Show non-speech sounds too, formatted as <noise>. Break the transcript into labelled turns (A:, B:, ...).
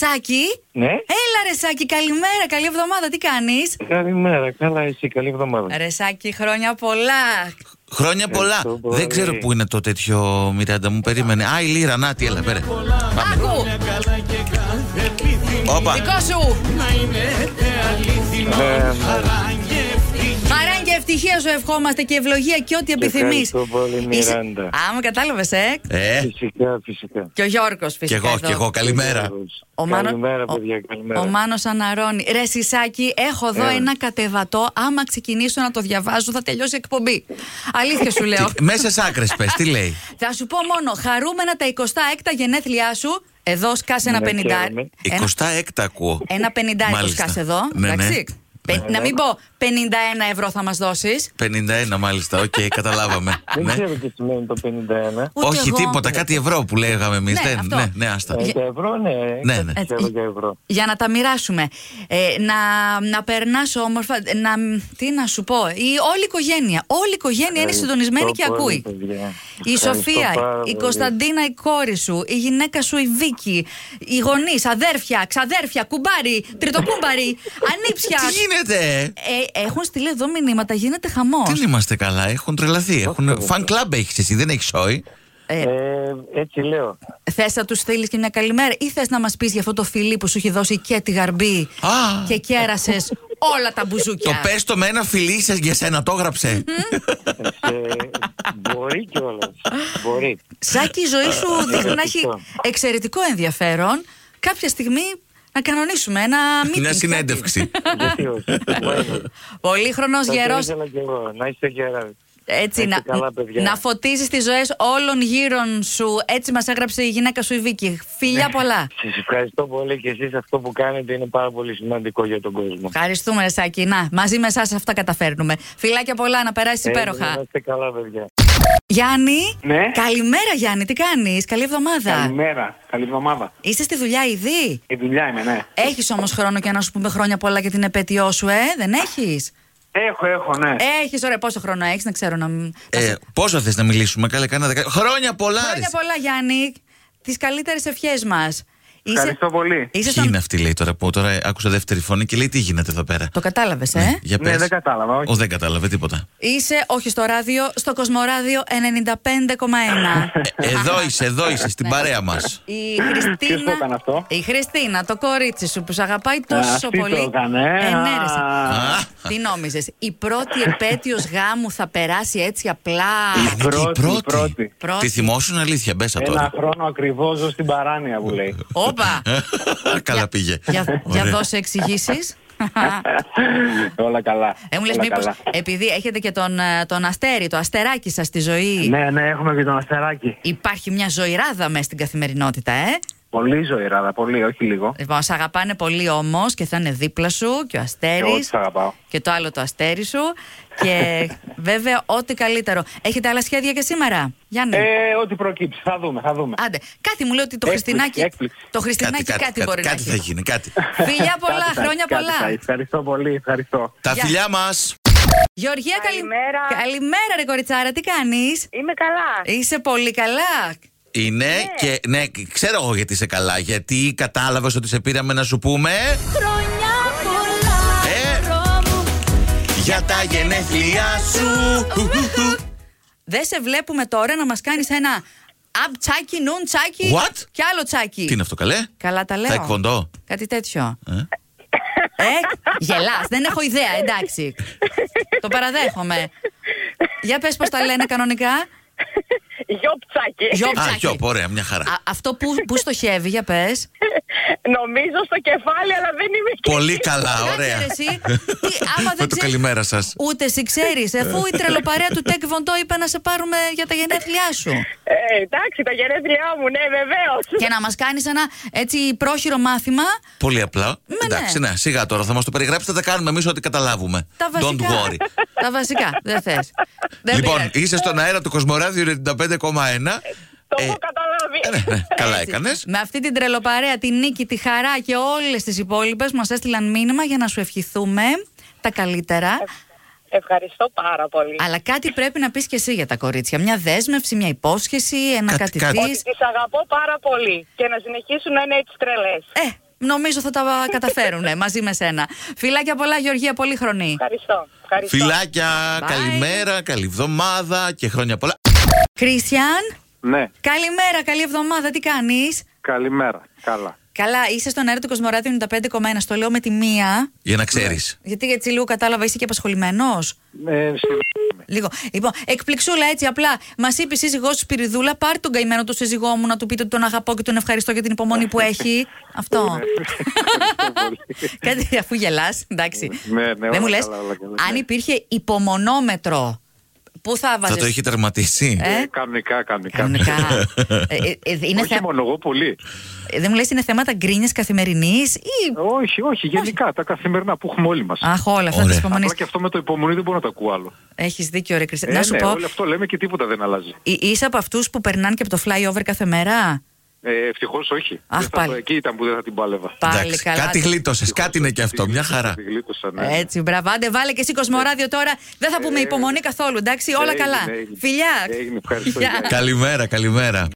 A: Σάκη.
B: Ναι.
A: Έλα ρε Σάκη, καλημέρα, καλή εβδομάδα, τι κάνεις.
B: Καλημέρα, καλά εσύ, καλή εβδομάδα.
A: Ρε Σάκη, χρόνια πολλά.
C: Χρόνια
B: Ε,
C: πολλά.
B: Ευχαριστώ πολύ.
C: Δεν ξέρω πού είναι το τέτοιο Μιράντα μου. Περίμενε. Α, η Λύρα, να τι, έλα, πέρα.
A: Άκου,
C: Όπα.
A: δικό σου.
B: Ναι,
A: Χαρά και ευτυχία σου ευχόμαστε και ευλογία και ό,τι επιθυμείς.
B: Ευχαριστώ πολύ,
A: Είσαι-
B: Μιράντα.
A: Α, με κατάλαβες, ε.
C: Ε,
B: ναι. Φυσικά, φυσικά.
A: Και ο Γιώργος
C: κι
A: φυσικά
C: εγώ,
A: εδώ.
C: κι εγώ. Καλημέρα.
A: Ο Μάνο-
B: Καλημέρα,
A: ο-
B: παιδιά, καλημέρα.
A: Ο Μάνος αναρώνει. Ρε Σισάκη, έχω εδώ
B: Έλα.
A: ένα κατεβατό. Άμα ξεκινήσω να το διαβάζω, θα τελειώσει η εκπομπή. Αλήθεια σου λέω.
C: Τι- Μέσα σ' άκρες πες, τι λέει.
A: Θα σου πω μόνο, χαρούμενα τα 26 γενέθλιά σου. Εδώ σκάσε ένα
B: Ναι,
A: 50.
B: χαίρομαι.
A: Ένα,
C: 26 έκτα ακούω.
A: ένα 50
C: Μάλιστα.
A: σκάσε εδώ.
C: Ναι, ναι.
A: εντάξει. Πε- Να μην πω 51 ευρώ θα μας δώσεις.
C: 51 μάλιστα, οκ, καταλάβαμε.
B: Δεν
C: Ναι.
B: ξέρω τι σημαίνει το 51.
A: Ούτε
C: Όχι
A: εγώ.
C: τίποτα, κάτι ευρώ που λέγαμε εμείς.
A: Ναι,
C: Ναι,
A: αυτό.
C: ναι, ναι, άστα.
B: Ε, Για ευρώ, ναι.
C: Ναι, ναι.
B: Ξέρω για ευρώ.
A: Για να τα μοιράσουμε. Ε, να, να περνάς όμορφα. Να, τι να σου πω. Η, όλη η οικογένεια. Όλη η οικογένεια είναι
B: Ευχαριστώ
A: συντονισμένη και
B: πολύ,
A: ακούει.
B: ναι, παιδιά.
A: Η
B: Ευχαριστώ πάρα
A: Σοφία, η
B: πολύ.
A: Κωνσταντίνα, η κόρη σου, η γυναίκα σου, η Βίκη, οι γονείς, αδέρφια, ξαδέρφια, κουμπάρι,
B: <laughs>
A: τριτοκούμπαρι, ανήψια.
C: Τι γίνεται, ε?
A: Ε, έχουν στείλει εδώ μηνύματα, γίνεται χαμός.
C: Δεν είμαστε καλά, έχουν τρελαθεί. Έχουν... Φαν κλαμπ έχεις εσύ, δεν έχεις όη.
B: Ε, έτσι λέω.
A: Θες να τους στείλεις και μια καλημέρα, ή θες να μας πεις για αυτό το φιλί που σου έχει δώσει και τη γαρμπή
C: Α.
A: και κέρασες όλα τα
C: Το
A: μπουζούκια.
C: πες το με ένα φιλί σας για σένα, το έγραψε.
B: Ε, μπορεί κιόλας. Μπορεί.
A: Σάκη, η ζωή σου δείχνει να έχει
B: Ε, Ευχαριστώ.
A: εξαιρετικό ενδιαφέρον. Κάποια στιγμή να κανονίσουμε ένα meeting.
C: Μια
A: κάτι.
C: συνέντευξη.
B: Γιατί όχι. Μπορεί.
A: Πολύχρονος
B: Θα το
A: γερός
B: ήθελα κι εγώ. Να είστε γερά.
A: Έτσι,
B: Να
A: να,
B: είστε καλά, παιδιά.
A: να φωτίζεις τις ζωές όλων γύρων σου. Έτσι μας έγραψε η γυναίκα σου η Βίκη. Φιλιά
C: Ναι.
A: πολλά.
B: Σας ευχαριστώ πολύ και εσείς αυτό που κάνετε είναι πάρα πολύ σημαντικό για τον κόσμο.
A: Ευχαριστούμε, ρε Σάκη. Να, μαζί με εσάς αυτά καταφέρνουμε. Φιλάκια πολλά, να περάσεις
B: Ε,
A: υπέροχα.
B: να είστε καλά, παιδιά.
A: Γιάννη.
D: Ναι.
A: Καλημέρα, Γιάννη. Τι κάνεις, Καλή εβδομάδα.
D: Καλημέρα, καλή εβδομάδα.
A: Είσαι στη δουλειά ήδη.
D: Η δουλειά είμαι, ναι.
A: Έχεις όμως χρόνο και να σου πούμε χρόνια πολλά για την επέτειό σου, ε, δεν έχεις.
D: Έχω, έχω, ναι.
A: Έχεις, ωραία, πόσο χρόνο έχεις, να ξέρω να. μ- να σε-
C: Ε, πόσο θες να μιλήσουμε, καλέ, κάνα δεκα... Χρόνια πολλά! ρε.
A: Χρόνια πολλά, Γιάννη. Τις καλύτερες ευχές μας.
D: Ευχαριστώ πολύ.
A: Είσαι
C: Ποιοι
A: στον-
C: είναι αυτή, λέει τώρα που τώρα άκουσα δεύτερη φωνή και λέει τι γίνεται εδώ πέρα.
A: Το κατάλαβες, ε.
C: Ναι, για
D: Ναι,
C: πες.
D: δεν κατάλαβα, όχι.
C: Ο, δεν κατάλαβε τίποτα.
A: Είσαι όχι στο ράδιο, στο Κοσμοράδιο 95,1.
C: Ε, εδώ είσαι, εδώ είσαι, στην
A: Ναι.
C: παρέα μας.
A: Η
D: Ποιος το έκανε
A: Χριστίνα,
D: αυτό?
A: η Χριστίνα, το κορίτσι σου που σε αγαπάει
D: Α,
A: τόσο
D: αυτή
A: πολύ.
D: το έκανε, ε.
A: Ε, ναι, ρε, σε-
D: Α.
A: Τι νόμιζες, η πρώτη επέτειος γάμου θα περάσει έτσι απλά.
D: Η πρώτη, η πρώτη.
A: Ναι. Πρώτη.
C: Τη θυμόσουν αλήθεια, μπέσα
D: Ένα
C: τώρα. Ε,
D: χρόνο ακριβώς ζω στην παράνοια που λέει.
A: <laughs> Όπα!
C: Καλά πήγε.
A: Για, για
C: Ωραία.
A: δώσε εξηγήσεις.
D: Όλα καλά.
A: Ε, μου λες
D: όλα
A: μήπως,
D: καλά.
A: επειδή έχετε και τον, ε, τον αστέρι, το αστεράκι σας στη ζωή,
D: Ναι, ναι, έχουμε και τον αστεράκι.
A: υπάρχει μια ζωηράδα μέσα στην καθημερινότητα, ε.
D: Πολύ ζωηράδα, πολύ, όχι λίγο.
A: Λοιπόν, σ' αγαπάνε πολύ όμως και θα είναι δίπλα σου και ο
D: Και εγώ
A: Αστέρη.
D: τους αγαπάω.
A: Και το άλλο το αστέρι σου. Και βέβαια, ό,τι καλύτερο. Έχετε άλλα σχέδια και σήμερα, Γιάννη.
D: Ε, ό,τι προκύψει, θα δούμε, θα δούμε.
A: Άντε, κάτι μου λέει ότι το
D: Έκπληξη,
A: Χριστινάκι.
D: έκπληξη.
A: Το Χριστινάκι κάτι, μπορεί
C: κάτι
A: να
C: θα
A: έχει.
C: γίνει,
A: <laughs>
C: κάτι.
A: Φιλιά πολλά,
D: Κάτι θα-
A: χρόνια
D: κάτι
A: πολλά.
D: θα- Ευχαριστώ πολύ, ευχαριστώ.
C: Τα
A: Γεια.
C: φιλιά μας.
A: Γεωργία, καλη-
E: Καλημέρα.
A: Καλημέρα, ρε κοριτσάρα, τι κάνεις.
E: Είμαι καλά.
A: Είσαι πολύ καλά.
C: Είναι και. Ναι, ξέρω εγώ γιατί είσαι καλά. Γιατί κατάλαβες ότι σε πήραμε να σου πούμε.
F: Χρόνια πολλά,
C: Ε.
F: Πέτρο μου.
C: Για τα γενέθλιά σου.
A: Δεν σε βλέπουμε τώρα να μας κάνεις ένα απ τσάκι, νουν τσάκι.
C: What?
A: Και άλλο τσάκι.
C: Τι είναι αυτό, καλέ.
A: Καλά τα λέω.
C: Θα εκφοντώ.
A: Κάτι τέτοιο.
C: Ε.
A: Ε, γελάς, δεν έχω ιδέα, εντάξει. Το παραδέχομαι. Για πες πώς τα λένε κανονικά.
E: Γιώπτσακι.
C: Α,
A: Γιώψακι.
C: γιο, ωραία, μια χαρά.
A: Α, αυτό που, που στοχεύει, για πες.
E: Νομίζω στο κεφάλι, αλλά δεν είμαι και
C: Πολύ καλά,
A: Κάτσε,
C: ωραία.
A: ρε,
C: <laughs>
A: εσύ. Τι, άμα δεν
C: Με το
A: ξέρεις-
C: καλημέρα σας.
A: Ούτε εσύ ξέρεις, αφού η τρελοπαρέα του Τεκ Βοντό είπε να σε πάρουμε για τα γενέθλιά σου.
E: Ε, εντάξει, τα γενέθλιά μου, ναι, βεβαίως.
A: Και να μας κάνεις ένα έτσι πρόχειρο μάθημα.
C: Πολύ απλά.
A: Ναι,
C: Εντάξει, ναι, σιγά τώρα θα μας το περιγράψετε, θα τα κάνουμε εμείς ό,τι καταλάβουμε.
A: Τα βασικά.
C: Don't worry.
A: Τα βασικά, δεν θες. <laughs> Δεν
C: λοιπόν,
A: πειράζει.
C: είσαι στον αέρα του Κοσμοράδιου 95,1.
E: Το
C: Ε,
E: έχω καταλάβει.
C: ε, ναι, ναι, καλά
A: Έτσι.
C: έκανες.
A: Με αυτή την τρελοπαρέα, τη Νίκη, τη Χαρά και όλες τις υπόλοιπες μας έστειλαν μήνυμα για να σου ευχηθούμε τα καλύτερα.
E: Ευχαριστώ πάρα πολύ.
A: Αλλά κάτι πρέπει να πεις και εσύ για τα κορίτσια. Μια δέσμευση, μια υπόσχεση, ένα κάτι,
C: Κάτι- κάτι.
A: της.
E: Ότι τις αγαπώ πάρα πολύ και να συνεχίσουν να είναι έτσι τρελές.
A: Ε, νομίζω θα τα καταφέρουν μαζί με σένα. Φιλάκια πολλά, Γεωργία, πολύ χρονή.
E: Ευχαριστώ. Ευχαριστώ.
C: Φιλάκια,
A: Bye.
C: καλημέρα, καλή εβδομάδα και χρόνια πολλά.
A: Κρίστιαν,
D: Ναι,
A: καλημέρα, καλή εβδομάδα, τι κάνεις.
D: καλημέρα. Καλά.
A: Καλά, είσαι στον αέρα του Κοσμοράδιου 95,1. Στο λέω με τη μία.
C: Για να ξέρεις.
A: Γιατί έτσι λίγο κατάλαβα, είσαι και απασχολημένος.
D: Ε, στη...
A: Λίγο. Λοιπόν, εκπληξούλα έτσι απλά. Μας είπε η σύζυγός σου Σπυριδούλα, πάρει τον καημένο του σύζυγό μου να του πείτε ότι τον αγαπώ και τον ευχαριστώ για την υπομονή που έχει. Αυτό. <laughs> Κάτι αφού γελάς, εντάξει.
D: Ναι, ναι, όλα
A: Δεν μου λε.
D: καλά, όλα καλά,
A: Αν
D: ναι.
A: υπήρχε υπομονόμετρο, πού θα
C: Θα
A: βάζει.
C: το έχει τερματίσει.
A: Ναι. Ε?
D: Κανονικά, κανονικά.
A: Κανονικά.
C: <laughs>
A: Ε, ε, ε, είναι
D: Όχι
A: θε-
D: μόνο εγώ, πολύ.
A: ε, Δεν μου λες, είναι θέματα γκρίνιας καθημερινής ή.
D: Όχι, όχι, γενικά τα καθημερινά που έχουμε όλοι μας.
A: Αχ, όλα αυτά τη
C: Ωραία.
A: υπομονή.
D: Απλά και αυτό με το υπομονή δεν μπορώ να το ακούω άλλο.
A: Έχεις δίκιο, ρε Κριστίνα.
D: Ε,
A: Να σου
D: ναι,
A: πω,
D: όλο αυτό λέμε και τίποτα δεν αλλάζει.
A: ε, είσαι από αυτούς που περνάνε και από το flyover κάθε μέρα.
D: Ε, Ευτυχώς όχι.
A: Αχ,
D: Δεν θα-
A: πάλι.
D: Εκεί ήταν που δεν θα την πάλευα.
A: Πάλι
C: Εντάξει,
A: καλά.
C: Κάτι γλίτωσες, κάτι είναι και αυτό. Μια
A: <laughs>
C: χαρά.
D: Τη γλίτωσα, ναι. Ε,
A: Έτσι, μπραβάντε, βάλε και εσύ κοσμοράδιο τώρα. Δεν θα πούμε υπομονή καθόλου, εντάξει, όλα
D: έγινε,
A: καλά.
D: έγινε.
A: Φιλιά.
D: Έγινε, ευχαριστώ,
A: Γεια.
D: γεια.
C: Καλημέρα, καλημέρα.